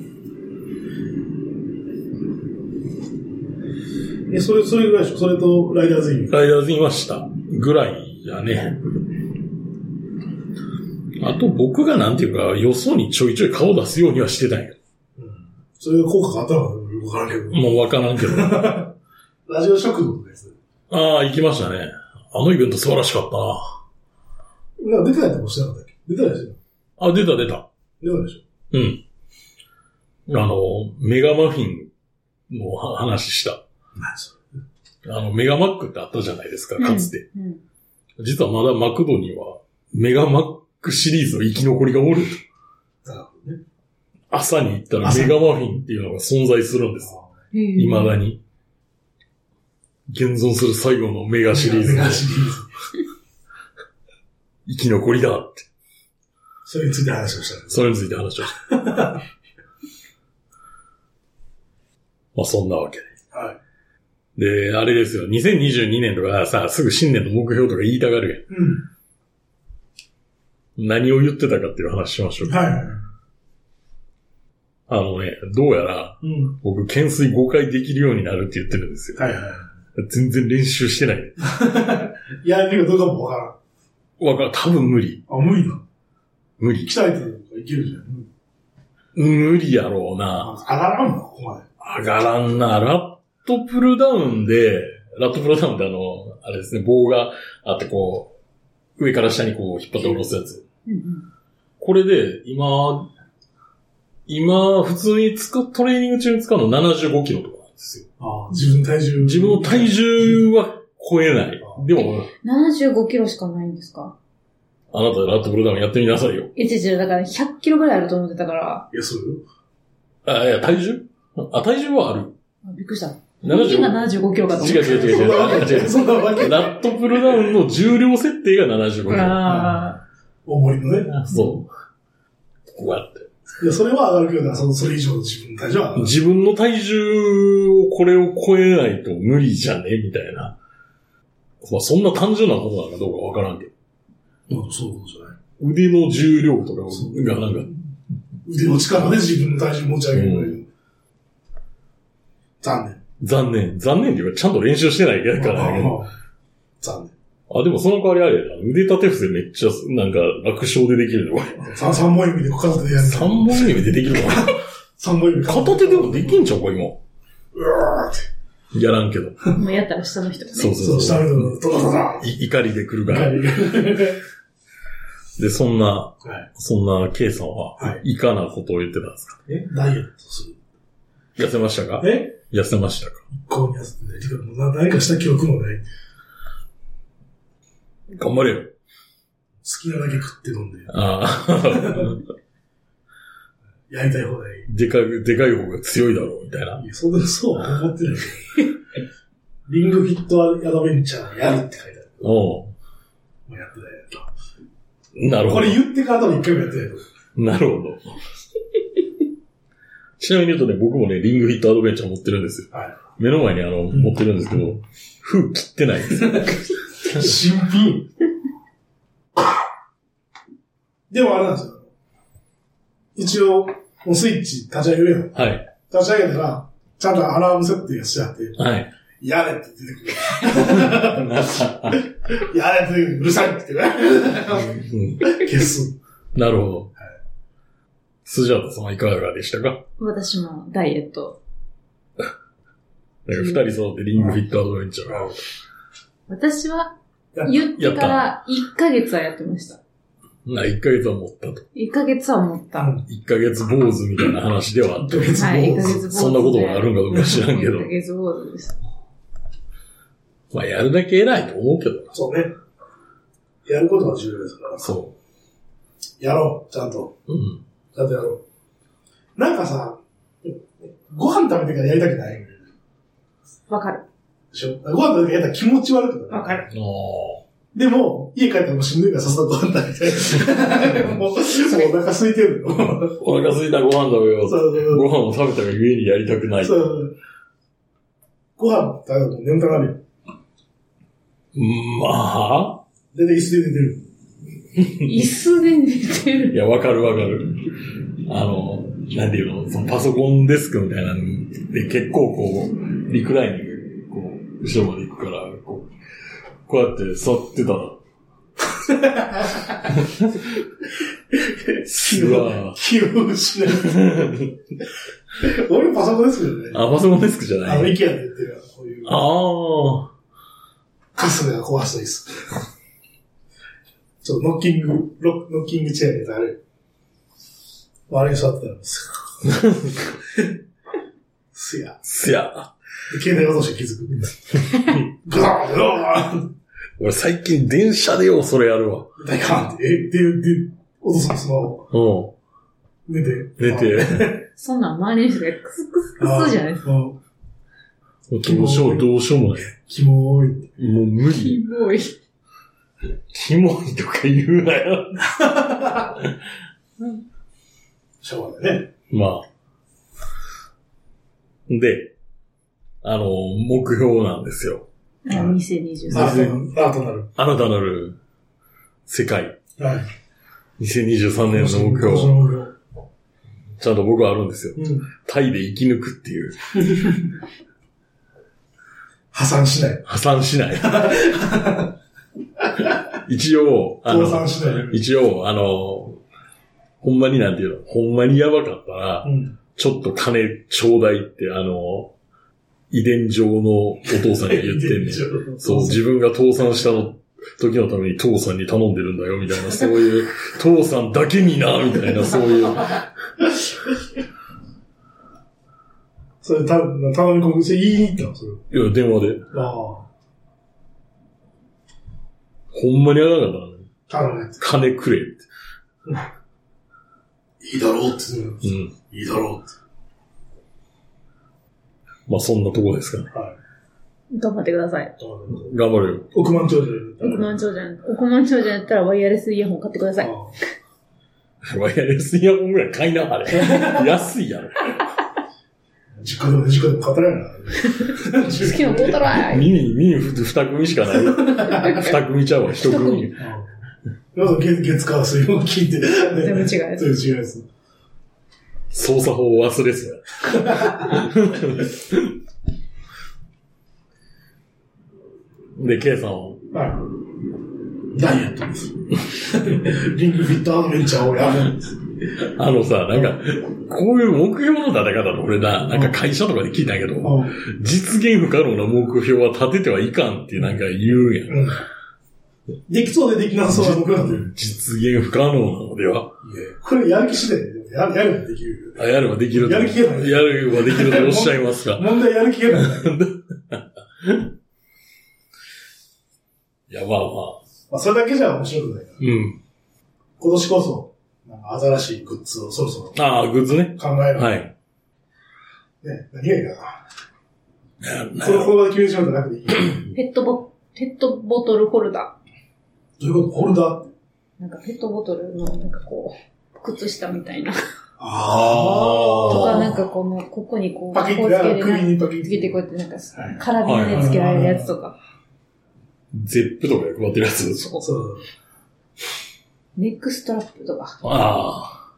Speaker 2: で。え、それ、それぐらいでしょそれと、ライダーズイン。
Speaker 1: ライダーズいました。ぐらいやね。あと僕がなんていうか、よそにちょいちょい顔出すようにはしてたんやけ
Speaker 2: それが効果があったのかよくわからんけ
Speaker 1: ど。
Speaker 2: ど。
Speaker 1: もうわからんけど。
Speaker 2: ラジオ食堂のやつ。
Speaker 1: ああ、行きましたね。あのイベント素晴らしかったな。
Speaker 2: なんか出てないともしてなかったっけ出てないでしょ
Speaker 1: あ、出た出た。
Speaker 2: 出てないでし
Speaker 1: うん。あの、メガマフィンのは話した。
Speaker 2: ょ何そ
Speaker 1: あの、メガマックってあったじゃないですか、かつて。
Speaker 3: うん。
Speaker 1: 実はまだマクドには、メガマックシリーズの生き残りがおる。
Speaker 2: れ。なるほどね。
Speaker 1: 朝に行ったら
Speaker 2: 朝
Speaker 1: メガマフィンっていうのが存在するんです。未だに。現存する最後のメガシリーズの
Speaker 2: シリーズ。
Speaker 1: 生き残りだって。
Speaker 2: それについて話をしたんです。
Speaker 1: それについて話をした。まあそんなわけ
Speaker 2: はい。
Speaker 1: で。で、あれですよ。2022年とかさ、すぐ新年の目標とか言いたがる
Speaker 2: う
Speaker 1: やん。何を言ってたかっていう話しましょう。
Speaker 2: はいはい。
Speaker 1: あのね、どうやら、
Speaker 2: うん。
Speaker 1: 僕、懸垂5回できるようになるって言ってるんですよ。
Speaker 2: はいは
Speaker 1: 全然練習してない。
Speaker 2: い。やるかどうかもわからん。
Speaker 1: わからん。多分無理。
Speaker 2: あ、無理だ。
Speaker 1: 無理。
Speaker 2: 鍛えてるからいけるじゃん。
Speaker 1: 無理やろうな。
Speaker 2: あ上がらんのここまで。
Speaker 1: 上がらんな。ラットプルダウンで、ラットプルダウンってあの、あれですね、棒があってこう、上から下にこう引っ張って下ろすやつ。これで、今、今、普通に使う、トレーニング中に使うの75キロとかなんですよ。
Speaker 2: ああ、自分の体重。
Speaker 1: 自分の体重は超えない。でも、
Speaker 3: 75キロしかないんですか
Speaker 1: あなたラットプルダウンやってみなさいよ。
Speaker 3: え、違う違う、だから100キロぐらいあると思ってたから、
Speaker 2: いや、そうよ。
Speaker 1: あ、いや、体重あ、体重はある。
Speaker 3: あびっくりした。
Speaker 1: 75
Speaker 3: が75キロかと思っ
Speaker 1: 違う
Speaker 3: た。
Speaker 1: 違う違う
Speaker 2: そんなわ
Speaker 1: 違う違う。
Speaker 2: け。そんなわ
Speaker 1: ラッ
Speaker 2: け。
Speaker 1: トプルダウンの重量設定が75キロ。
Speaker 3: ああ。
Speaker 2: 重りのね。
Speaker 1: そう。こうやって。
Speaker 2: いや、それは上がるけどな、その、それ以上の自分の体重は上がる。
Speaker 1: 自分の体重をこれを超えないと無理じゃねみたいな。まあ、そんな単純なことなのかどうかわからんけど。
Speaker 2: まあそういうことじゃない。
Speaker 1: 腕の重量とか
Speaker 2: そう
Speaker 1: がなんか、
Speaker 2: 腕の力で自分の体重持ち上げるの
Speaker 1: う
Speaker 2: よ。残念。
Speaker 1: 残念。残念っていうか、ちゃんと練習してないからやけど。
Speaker 2: 残
Speaker 1: あ、でもその代わりあれやな。腕立て伏せめっちゃ、なんか、楽勝ででき るの。
Speaker 2: 念。さ三本指で片手でやる。
Speaker 1: 3本指でできるの
Speaker 2: 三本指
Speaker 1: 片手でもできんちゃうか、今。
Speaker 2: うわーって。
Speaker 1: やらんけど。
Speaker 3: もうやったら下の人がね。
Speaker 1: そう
Speaker 2: そ
Speaker 1: そう
Speaker 2: う、下
Speaker 1: そ
Speaker 2: の
Speaker 1: う。
Speaker 2: 人の、ドドドドン
Speaker 1: い怒りで来るから。
Speaker 2: は
Speaker 1: で、そんな、
Speaker 2: い。
Speaker 1: そんな K さんは、
Speaker 2: はい
Speaker 1: かなことを言ってたんですか
Speaker 2: え、ダイエットする。
Speaker 1: 痩せましたか
Speaker 2: え
Speaker 1: 痩せましたか
Speaker 2: こうやつね。てか、もうな何かした記憶もない。好
Speaker 1: 頑張れよ。
Speaker 2: きなだけ食って飲んで、
Speaker 1: ああ、
Speaker 2: やりたい放題。
Speaker 1: でかい、でかい方が強いだろう、みたいな。
Speaker 2: いや、そんな、そうは思ってない。リングフィットアドベンチャーやるって書いてある。
Speaker 1: おう
Speaker 2: もうやってない
Speaker 1: なるほ
Speaker 2: こ
Speaker 1: ど
Speaker 2: れ。言ってから多分一回もやってないと思う。
Speaker 1: なるほど。ちなみに言うとね、僕もね、リングフィットアドベンチャー持ってるんですよ。
Speaker 2: はい
Speaker 1: 目の前にあの、
Speaker 2: ん
Speaker 1: 持ってるんですけど、封切ってないん ですよ。
Speaker 2: 新品。でもあれなんですよ。一応、もうスイッチ立ち上げるやん。
Speaker 1: はい。
Speaker 2: 立ち上げたら、ちゃんとアラーム設定がしてあって、
Speaker 1: はい。
Speaker 2: やれって出てくる。やれって出てくる。うるさいって言って
Speaker 1: うん
Speaker 2: くる。消す。
Speaker 1: なるほど。スジャータさんはいかがでしたか
Speaker 3: 私もダイエット。
Speaker 1: なんか二人揃ってリングフィットアドベンチャー。
Speaker 3: 私は
Speaker 2: やった
Speaker 3: 言ってから1ヶ月はやってました。
Speaker 1: な、1ヶ月は持ったと。
Speaker 3: 1ヶ月は持った。は
Speaker 1: 1ヶ月坊主みたいな話ではあっ
Speaker 2: 1ヶ月後
Speaker 3: い、1ヶ月坊主で
Speaker 1: た。そんなことがあるんかどうか知らんけど
Speaker 3: 1ヶ。月坊主です。
Speaker 1: まあ、やるだけ偉いと思うけどな。
Speaker 2: そうね。やることは重要ですから。
Speaker 1: そ
Speaker 2: やろう、ちゃんと。
Speaker 1: う。うん。
Speaker 2: ちゃんとやろう。なんかさ、ご飯食べてからやりたくないで
Speaker 3: わかる。
Speaker 2: しょご飯食べてからやったら気持ち悪くなる。
Speaker 3: わかる。
Speaker 1: ああ。
Speaker 2: でも、家帰ったらもうしんどいからさすがご飯 食べて。もう、もうお腹空いてるの。そう
Speaker 1: お腹すいたご飯食べよう。
Speaker 2: そう
Speaker 1: ご飯
Speaker 2: そ
Speaker 1: を食べたがゆえにやりたくな
Speaker 2: う。
Speaker 1: い。
Speaker 2: そうご飯食べると眠たくなるよ。
Speaker 1: うんまあ、
Speaker 2: で、で椅子で寝てる。
Speaker 3: 椅子で寝て
Speaker 1: い
Speaker 3: る。
Speaker 1: や、わかるわかる。あの、なんていうの、そのパソコンデスクみたいなので結構こう、リクライニング、こう、後ろまで行くから、こう、こうやって座ってたら、
Speaker 2: 気
Speaker 1: う
Speaker 2: を
Speaker 1: わ、
Speaker 2: 気を失う。 俺パソコンですけどね。
Speaker 1: あ、パソコンデスクじゃ
Speaker 2: あ
Speaker 1: な
Speaker 2: の、
Speaker 1: い。
Speaker 2: イケアで売ってるよこういう。
Speaker 1: ああ。
Speaker 2: カスが壊した椅子。ちょっとノッキング、ロノッキングチェーンであれ。悪い座ってたんですよ。すや。
Speaker 1: すや。
Speaker 2: で携帯落として気づく。ガーンガーン
Speaker 1: 俺最近電車でよ、それやるわ。
Speaker 2: 大カーンって、え、で、で、落とすのスマホ。
Speaker 1: うん。
Speaker 2: 寝て。
Speaker 1: 寝て。
Speaker 3: そんなん真似してクスクスク
Speaker 2: あ。
Speaker 3: スじゃないですか。
Speaker 2: か。うん
Speaker 1: どうしよう、どうしようもない。
Speaker 2: キモーい。
Speaker 1: もう無理。
Speaker 3: キモい。
Speaker 1: キモいとか言うなよ。
Speaker 2: しょうがないね。
Speaker 1: まあ。で、あの、目標なんですよ。
Speaker 3: 2023。
Speaker 2: アート、アートなる。
Speaker 1: 新たなる世界。
Speaker 2: はい。
Speaker 1: 2023年の目
Speaker 2: 今年の
Speaker 1: 標。
Speaker 2: 目標
Speaker 1: ちゃんと僕はあるんですよ。
Speaker 2: うん。
Speaker 1: タイで生き抜くっていう。
Speaker 2: 破産しない。
Speaker 1: 破産しない。 一応、あの
Speaker 2: 倒産しない
Speaker 1: 一応、あの、ほんまになんていうの、ほんまにやばかったら、
Speaker 2: うん。
Speaker 1: ちょっと金ちょうだいって、あの、遺伝上のお父さんに言ってんねん。そう、自分が父さんしたの、時のために父さんに頼んでるんだよ、みた いな、そういう、父さんだけにな、みたいな、そういう、
Speaker 2: それ、たぶん、頼み込む。それ言いに行ったのそれ。
Speaker 1: いや、電話で、
Speaker 2: あ
Speaker 1: ほんまにあがなかったのね
Speaker 2: あ。頼むねって。
Speaker 1: 金くれっ
Speaker 2: いいだろうって言うの。
Speaker 1: て。うん。
Speaker 2: いいだろ
Speaker 1: まあ、そんなとこですかね。
Speaker 2: うって。はい。
Speaker 3: 頑張ってください。
Speaker 1: 頑張るよ。
Speaker 2: 億万長者で
Speaker 3: 億万長者、億万長者やったらワイヤレスイヤホン買ってください。
Speaker 2: あ
Speaker 1: ワイヤレスイヤホンぐらい買いな、あれ。 安いやろ。
Speaker 2: あ実家でも実家でも語らないな。
Speaker 3: 好きな の買うたらい。
Speaker 1: 耳、耳ふ二組しか ない。二組ちゃうわ、一組。
Speaker 2: なんか月、月火水曜聞いて。
Speaker 3: 全部違う
Speaker 2: う
Speaker 3: や
Speaker 2: そ
Speaker 3: つ。
Speaker 2: れ違うやつ。
Speaker 1: 操作法を忘れ そうや。で、K さんは
Speaker 2: はい。ダイエットです。リングフィットアドベンチャーをやるんです。
Speaker 1: あのさ、なんか、こういう目標の立て方の俺な、なんか会社とかで聞いたんやけど、実現不可能な目標は立ててはいかんってなんか言うやん。
Speaker 2: うんできそうでできなそうな僕なんで。い
Speaker 1: 実現不可能なのでは
Speaker 2: やこれやる気次第で、ややるのできる。
Speaker 1: あやればできると。
Speaker 2: やる気がない
Speaker 1: やればできるとおっしゃいますか。
Speaker 2: 問題やる気がない。
Speaker 1: い や、まあまあ。
Speaker 2: まあ、それだけじゃ面白くないから。
Speaker 1: うん。
Speaker 2: 今年こそ、なんか新しいグッズをそろそろ
Speaker 1: ああ、グッズね。
Speaker 2: 考える。
Speaker 1: はい。
Speaker 2: ね、何がいいかな。その方が決めてしまうんじゃなくていい。ど
Speaker 3: ペットボ、ペットボトルホルダ
Speaker 2: ういうことホルダー
Speaker 3: ー。なんかペットボトルの、なんかこう、靴下みたいな。
Speaker 2: あー
Speaker 3: とか、なんかこの、ここにこう、
Speaker 2: パキッ
Speaker 3: こう
Speaker 2: て、
Speaker 3: つけ
Speaker 2: あ
Speaker 3: て、
Speaker 2: 首
Speaker 3: なんか
Speaker 2: にパキッ
Speaker 3: つけてこうやって、なんか、
Speaker 2: はい
Speaker 3: カラビナでつけられるやつとか。
Speaker 1: ゼップとか役割ってるやつ。
Speaker 3: そう
Speaker 2: そう。
Speaker 3: ネックストラップとか。
Speaker 1: あ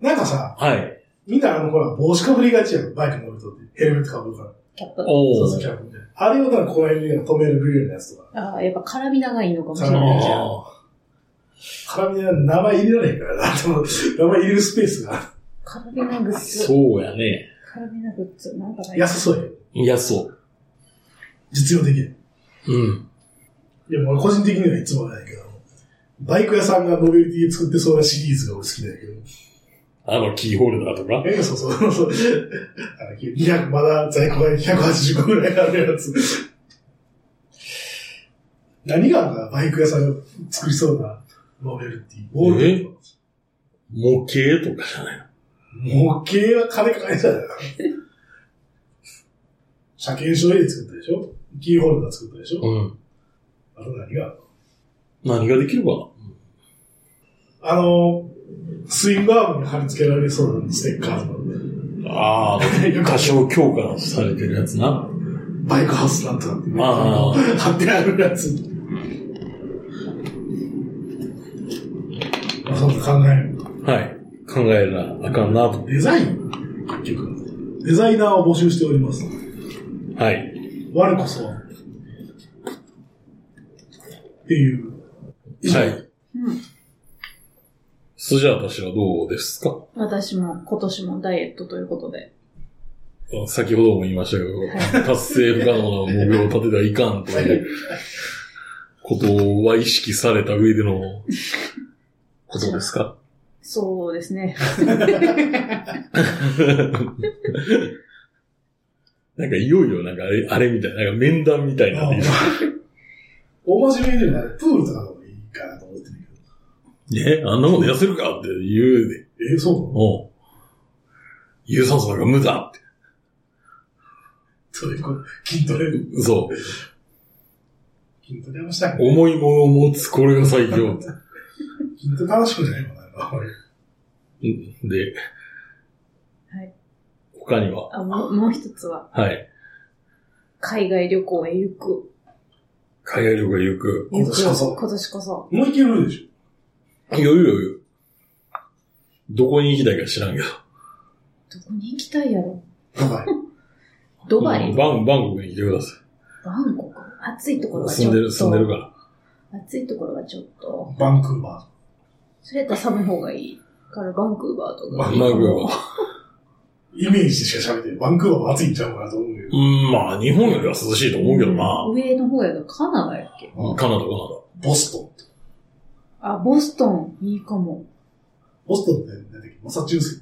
Speaker 2: なんかさ、
Speaker 1: あ。はい。
Speaker 2: みんなあの、ほら、帽子かぶりがちやん。バイク乗るとって。ヘルメットかぶるから。
Speaker 3: キャップ。
Speaker 1: お
Speaker 2: そ
Speaker 1: お
Speaker 2: う。そう、キャップみたいな。あれをなんかこの辺で止めるグリルのやつとか。
Speaker 3: ああ、やっぱカラビナがいいのかもしれ
Speaker 2: カラビ
Speaker 3: な
Speaker 2: ナ
Speaker 3: い。
Speaker 2: じゃん
Speaker 1: あ
Speaker 2: 絡みな名前入れられへんからな。でも名前入れるスペースが
Speaker 3: カラビナグッ
Speaker 1: あ
Speaker 3: ズ。
Speaker 1: そうやね。
Speaker 3: カラビナグッズ。なんかない。
Speaker 2: 安そうや。
Speaker 1: いや、そ
Speaker 2: 実用的や。
Speaker 1: う。うん。
Speaker 2: でも俺個人的にはいつもないけど、バイク屋さんがノベルティ作ってそうなシリーズが俺好きだけど。
Speaker 1: あの、キーホルダーとか。
Speaker 2: え、そうそうそう。あの200、まだ在庫が280個ぐらいあるやつ。何があるかなバイク屋さんが作りそうなノベルティ。ボールペン
Speaker 1: 模型とかじゃない
Speaker 2: 模型は金かかりそうだよな。車検証 A 作ったでしょキーホルダー作ったでしょ、
Speaker 1: うん。
Speaker 2: あと何があるの
Speaker 1: 何ができるか
Speaker 2: あの、スイングアームに貼り付けられそうなステッカーとか
Speaker 1: なああ、 多少強化されてるやつな。
Speaker 2: バイクハウスなんとかってね
Speaker 1: あ
Speaker 2: 貼ってあるやつ。まあ、そんな考える。
Speaker 1: はい。考えなあかんなと。
Speaker 2: デザイン結局。デザイナーを募集しております。
Speaker 1: はい。
Speaker 2: 我こそは。っていう。以上
Speaker 1: はい。
Speaker 3: うん。
Speaker 1: スジャータ氏はどうですか
Speaker 3: 私も今年もダイエットということで。
Speaker 1: 先ほども言いましたけど、達成不可能な目標を立ててはいかんということは意識された上でのことですか
Speaker 3: そうですね。
Speaker 1: なんかいよいよなんかあれ、あれみたいな、なんか面談みたいな
Speaker 2: あ
Speaker 1: の
Speaker 2: ー
Speaker 1: ね。
Speaker 2: 大真面目に言うならプールとかの方がいいかなと思ってる
Speaker 1: ね、あんなもんで痩せるかって言うで。
Speaker 2: けど。えー、そうなの
Speaker 1: おう有酸素なんか無駄っ
Speaker 2: そういうこと筋トレ、
Speaker 1: て。そう。
Speaker 2: 筋トレもしたくない。
Speaker 1: 重いものを持つ、これが最強って。
Speaker 2: 筋トレ楽しくないもんな、あんまり
Speaker 1: うんで、
Speaker 3: はい
Speaker 1: 他には、
Speaker 3: あもうもう一つは、
Speaker 1: はい。
Speaker 3: 海外旅行へ行く。
Speaker 1: 海外旅行へ行く。
Speaker 2: 今年こそ
Speaker 3: 今年こそ。
Speaker 2: もういけるでし
Speaker 1: 余裕余裕。どこに行きたいか知らんけど。
Speaker 3: どこに行きたいやろ
Speaker 2: ょ。やばい。
Speaker 3: ドバイ、
Speaker 1: うんバン、バンコクに来てくださ
Speaker 3: バンコク暑いところ
Speaker 1: い。
Speaker 3: はち
Speaker 1: 住
Speaker 3: ょっ
Speaker 1: ん
Speaker 3: と。
Speaker 1: でる、住んでるから。
Speaker 3: 暑いところはちょっと。
Speaker 2: バンクーバ
Speaker 3: それやったら寒い方がいい。からバンクーバーとか。
Speaker 2: バ
Speaker 1: バ
Speaker 2: ン
Speaker 1: ン
Speaker 2: ク
Speaker 1: ク
Speaker 2: ーバー
Speaker 1: ーバー。
Speaker 2: ー。イメージでしか喋ってない。バンクーバーは暑いんちゃうかなと思うけど。
Speaker 1: うん、まあ、日本よりは涼しいと思うけどな。
Speaker 3: 上の方やがカナダやっけ
Speaker 1: カナダ、カナ
Speaker 2: ボストン。
Speaker 3: あ、ボストン、いいかも。
Speaker 2: ボストンって何だっけマサチューセッ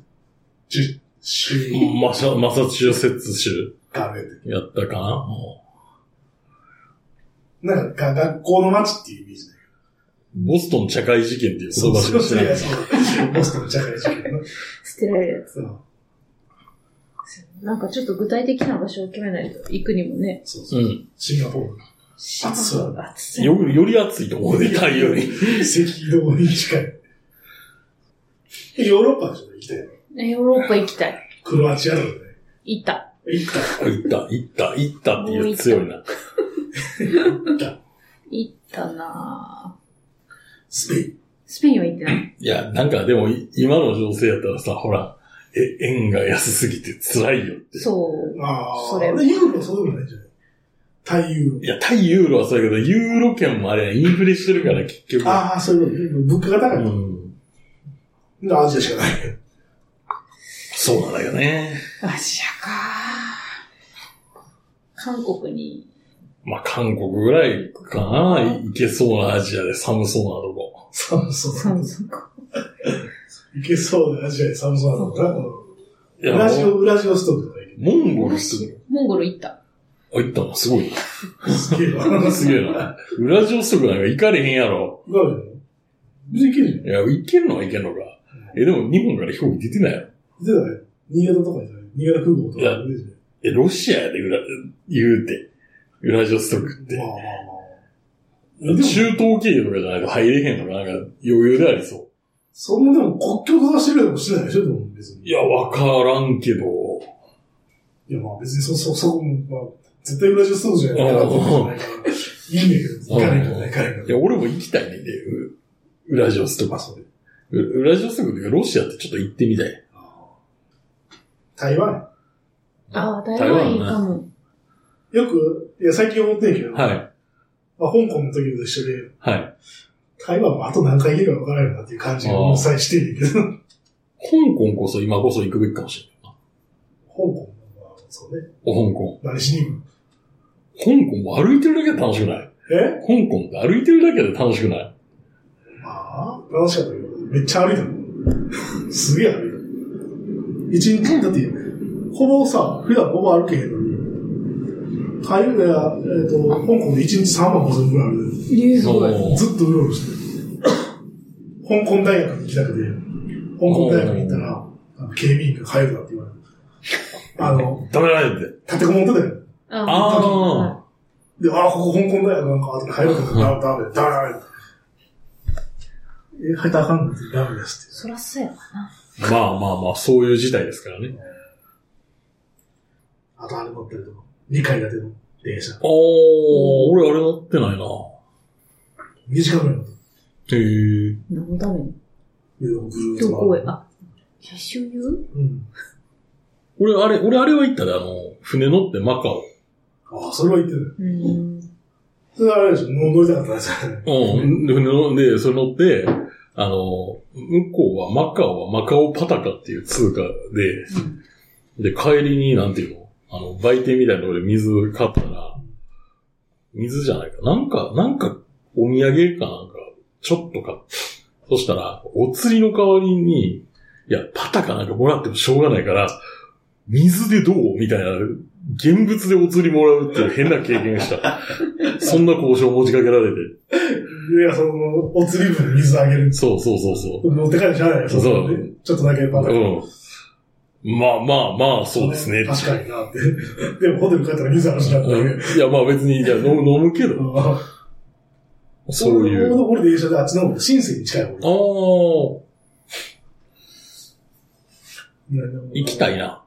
Speaker 2: ツ州
Speaker 1: ダ。マサマサチューセッツ州
Speaker 2: かねって。
Speaker 1: やったかな。
Speaker 2: なんかが学校の街っていうイメージだけど。
Speaker 1: ボストン茶会事件っていう言葉し
Speaker 2: そ
Speaker 1: か
Speaker 2: う
Speaker 1: 知
Speaker 2: そう
Speaker 1: ら
Speaker 2: い
Speaker 1: な
Speaker 2: や
Speaker 1: い。
Speaker 2: そうボストン社会事件の。
Speaker 3: 捨てられるやつ。
Speaker 2: そう
Speaker 3: なんかちょっと具体的な場所を決めないと行くにもね。
Speaker 2: そうそうう。
Speaker 1: ん。
Speaker 2: シンガポール。暑そうだ
Speaker 3: 暑そう
Speaker 1: よ、より暑いと思うで、太陽に。
Speaker 2: 赤道に近い。えヨーロッパでしょ行きたいの。
Speaker 3: ヨーロッパ行きたい。
Speaker 2: クロアチアとかね。
Speaker 3: 行った。
Speaker 2: 行った。
Speaker 1: 行 った、行った、行ったっていう強いな。
Speaker 3: 行ったなぁ。
Speaker 2: スペイン。
Speaker 3: スペインは行ってない。
Speaker 1: いや、なんかでも、い今の情勢やったらさ、ほら、え、円が安すぎて辛いよって。
Speaker 3: そう。
Speaker 2: ああ。
Speaker 3: それは
Speaker 2: ユーロそうでもないんじゃないタイユーロ。
Speaker 1: いや、対ユーロはそうやけど、ユーロ圏もあれ、インフレしてるから結局。
Speaker 2: ああ、そういうこと。物価が
Speaker 1: う
Speaker 2: 高い。
Speaker 1: ん。
Speaker 2: アジアしかない。
Speaker 1: そうなんだよね。
Speaker 3: アジアかぁ。韓国に、
Speaker 1: まあ、韓国ぐらいかな。行けそうなアジアで寒そうなとこ。
Speaker 2: 寒そう。
Speaker 3: そうそうか。
Speaker 2: いけそうなアジアで寒そうなのかな。
Speaker 1: い
Speaker 2: ウラ
Speaker 1: や、
Speaker 2: ジ
Speaker 1: もう
Speaker 2: オ、ウラジオストクとか行
Speaker 1: モンゴルって、
Speaker 3: モンゴル行った。
Speaker 1: あ、行ったのすごい
Speaker 2: ける。すげえ
Speaker 1: な。
Speaker 2: な。
Speaker 1: すげえな。ウラジオストクなんか行かれへんやろ。
Speaker 2: 行かないの別に行けるじゃん。
Speaker 1: いや、行けるのは行けんのか。え、でも日本から飛行機出てないやろ。
Speaker 2: 出てない新潟とかにさ、新潟空港とか
Speaker 1: いや
Speaker 2: 出てるじ
Speaker 1: え、ロシアやで、裏、言うて。ウラジオストクって
Speaker 2: ま。あまあまあ。でも、
Speaker 1: 中東経由とかじゃないと入れへんのか、なんか余裕でありそ
Speaker 2: そんなでも国境閉ざしてるでもしてないでしょ、でも別
Speaker 1: う。
Speaker 2: に。
Speaker 1: いや、わからんけど。
Speaker 2: いや、まあ別にそ、そ、そこも、まあ、絶対裏地そうじゃないかなと思ってないから。いいんだけど、行かないから、行かない
Speaker 1: い
Speaker 2: か
Speaker 1: や、
Speaker 2: ら。
Speaker 1: 俺も行きたいねんで、うウラジオスト
Speaker 2: まあ
Speaker 1: ク。
Speaker 2: そうで。
Speaker 1: うウラジオストクっていうか、ロシアってちょっと行ってみたい。
Speaker 2: 台湾
Speaker 3: ああ、台湾いいか
Speaker 1: ね
Speaker 3: も。
Speaker 2: よく、いや、最近思ってんけど、まあ、
Speaker 1: はい。
Speaker 2: 香港の時と一緒で、
Speaker 1: はい。
Speaker 2: 台湾もあと何回行けるか分からないなっていう感じが
Speaker 1: あー
Speaker 2: もうさえしてるけど、香
Speaker 1: 香港こそ今こそ行くべきかもしれないな。
Speaker 2: 港は、そうね、
Speaker 1: お、香港。
Speaker 2: 何しに行く
Speaker 1: 香港も歩いてるだけで楽しくない
Speaker 2: え
Speaker 1: 香港って歩いてるだけで楽しくない
Speaker 2: まあ、楽しかったけど、めっちゃ歩いたの。すげえ歩いた。一日、だって、ほぼさ、普段ほぼ歩けへんのに、台湾や、えっ、と、香港で一日3万5千ぐらい歩いて
Speaker 3: ええすごい。
Speaker 1: お
Speaker 2: る。ずっとうろうろしてる。香港大学に行きたくて、香港大学に行ったら、あの警備員が入るなって言われた。あの、
Speaker 1: ダメだねって。
Speaker 2: 立てこもってたよ。
Speaker 1: あ
Speaker 3: は
Speaker 1: あ。
Speaker 2: で、あ、ここ香港大学なんか、あと入るけど、ダメ、ダメ、ダメ。え、入ったらあかんのってダメです
Speaker 3: いそらそうやわな。
Speaker 1: まあまあまあ、そういう事態ですからね。
Speaker 2: あとあれ乗ってるとこ。2階建ての電車。
Speaker 1: ああ、俺あれ乗ってないな。
Speaker 2: 2時間ぐらい乗っ
Speaker 1: へ
Speaker 2: て
Speaker 1: え。
Speaker 3: 何のために
Speaker 2: る。でぐるーっ
Speaker 3: ど
Speaker 2: と
Speaker 3: こ
Speaker 2: 回
Speaker 3: へ
Speaker 2: る。
Speaker 3: あ、車種言う
Speaker 2: うん。
Speaker 1: 俺あれ、俺あれは行ったで、あの、船乗ってマカオ。
Speaker 2: ああ、それは言ってる。
Speaker 3: うん。
Speaker 2: それはあれでしょ。乗乗りたかったやつだね。
Speaker 1: うん。で、船乗で、それ乗って、あの、向こうはマカオはマカオパタカっていう通貨で、で、帰りになんていうのあの、売店みたいなところで水買ったら、水じゃないか。なんか、なんか、お土産かなんか、ちょっと買った。そしたら、お釣りの代わりに、いや、パタかなんかもらってもしょうがないから、水でどうみたいな、現物でお釣りもらうっていう変な経験した。そんな交渉を持ちかけられて。
Speaker 2: いや、その、お釣り分に水あげる。
Speaker 1: そうそうそうそ
Speaker 2: 持って帰ってしゃあないよ。
Speaker 1: そう
Speaker 2: のねちょっとだけパタ
Speaker 1: う。
Speaker 2: ーン。
Speaker 1: うん。まあまあまあ、そうですね。
Speaker 2: 確かになって。 でもホテル帰ったら水あるしなって。
Speaker 1: うんいや、まあ別に、いや、飲む、飲むけど、そうい
Speaker 2: 俺
Speaker 1: う。
Speaker 2: の俺電車であっちの方、深圳に近い方
Speaker 1: ああ、行
Speaker 2: 行
Speaker 1: きた
Speaker 2: い
Speaker 1: いな。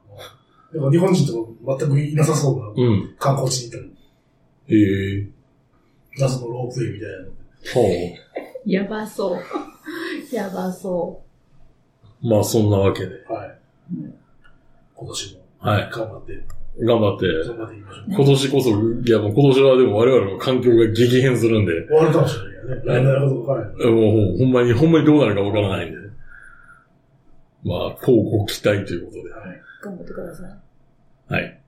Speaker 2: や。なんか日本人と全くいなさそうな
Speaker 1: うん。
Speaker 2: 観光地に行ったり、
Speaker 1: へえ。
Speaker 2: 謎のロープウェイみたいなの。
Speaker 1: は
Speaker 3: やばそう。 やばそ
Speaker 1: あ。まあそんなわけで。
Speaker 2: はい。今年も。
Speaker 1: はい
Speaker 2: 頑張って、
Speaker 1: 頑張って。
Speaker 2: 頑張っていきましょう。
Speaker 1: 今年こそ、いやもう今年はでも我々の環境が激変するんで、
Speaker 2: 終わるかもしれないけどね。来年のことわからない。
Speaker 1: もうほんまに、ほんまにどうなるかわからないんで。まあ、こうご期待ということで。
Speaker 3: う。頑張ってください。
Speaker 1: はい。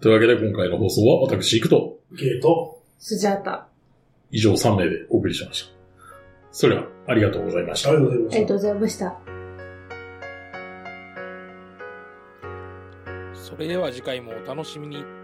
Speaker 1: というわけで今回の放送は私行くと。
Speaker 2: ゲート、
Speaker 3: スジャータ。あ
Speaker 1: 以上3名でお送りしました。それでは、ありがとうございました
Speaker 2: あ。りがとうございました
Speaker 3: りが。とうございました。
Speaker 4: それでは次回もお楽しみに。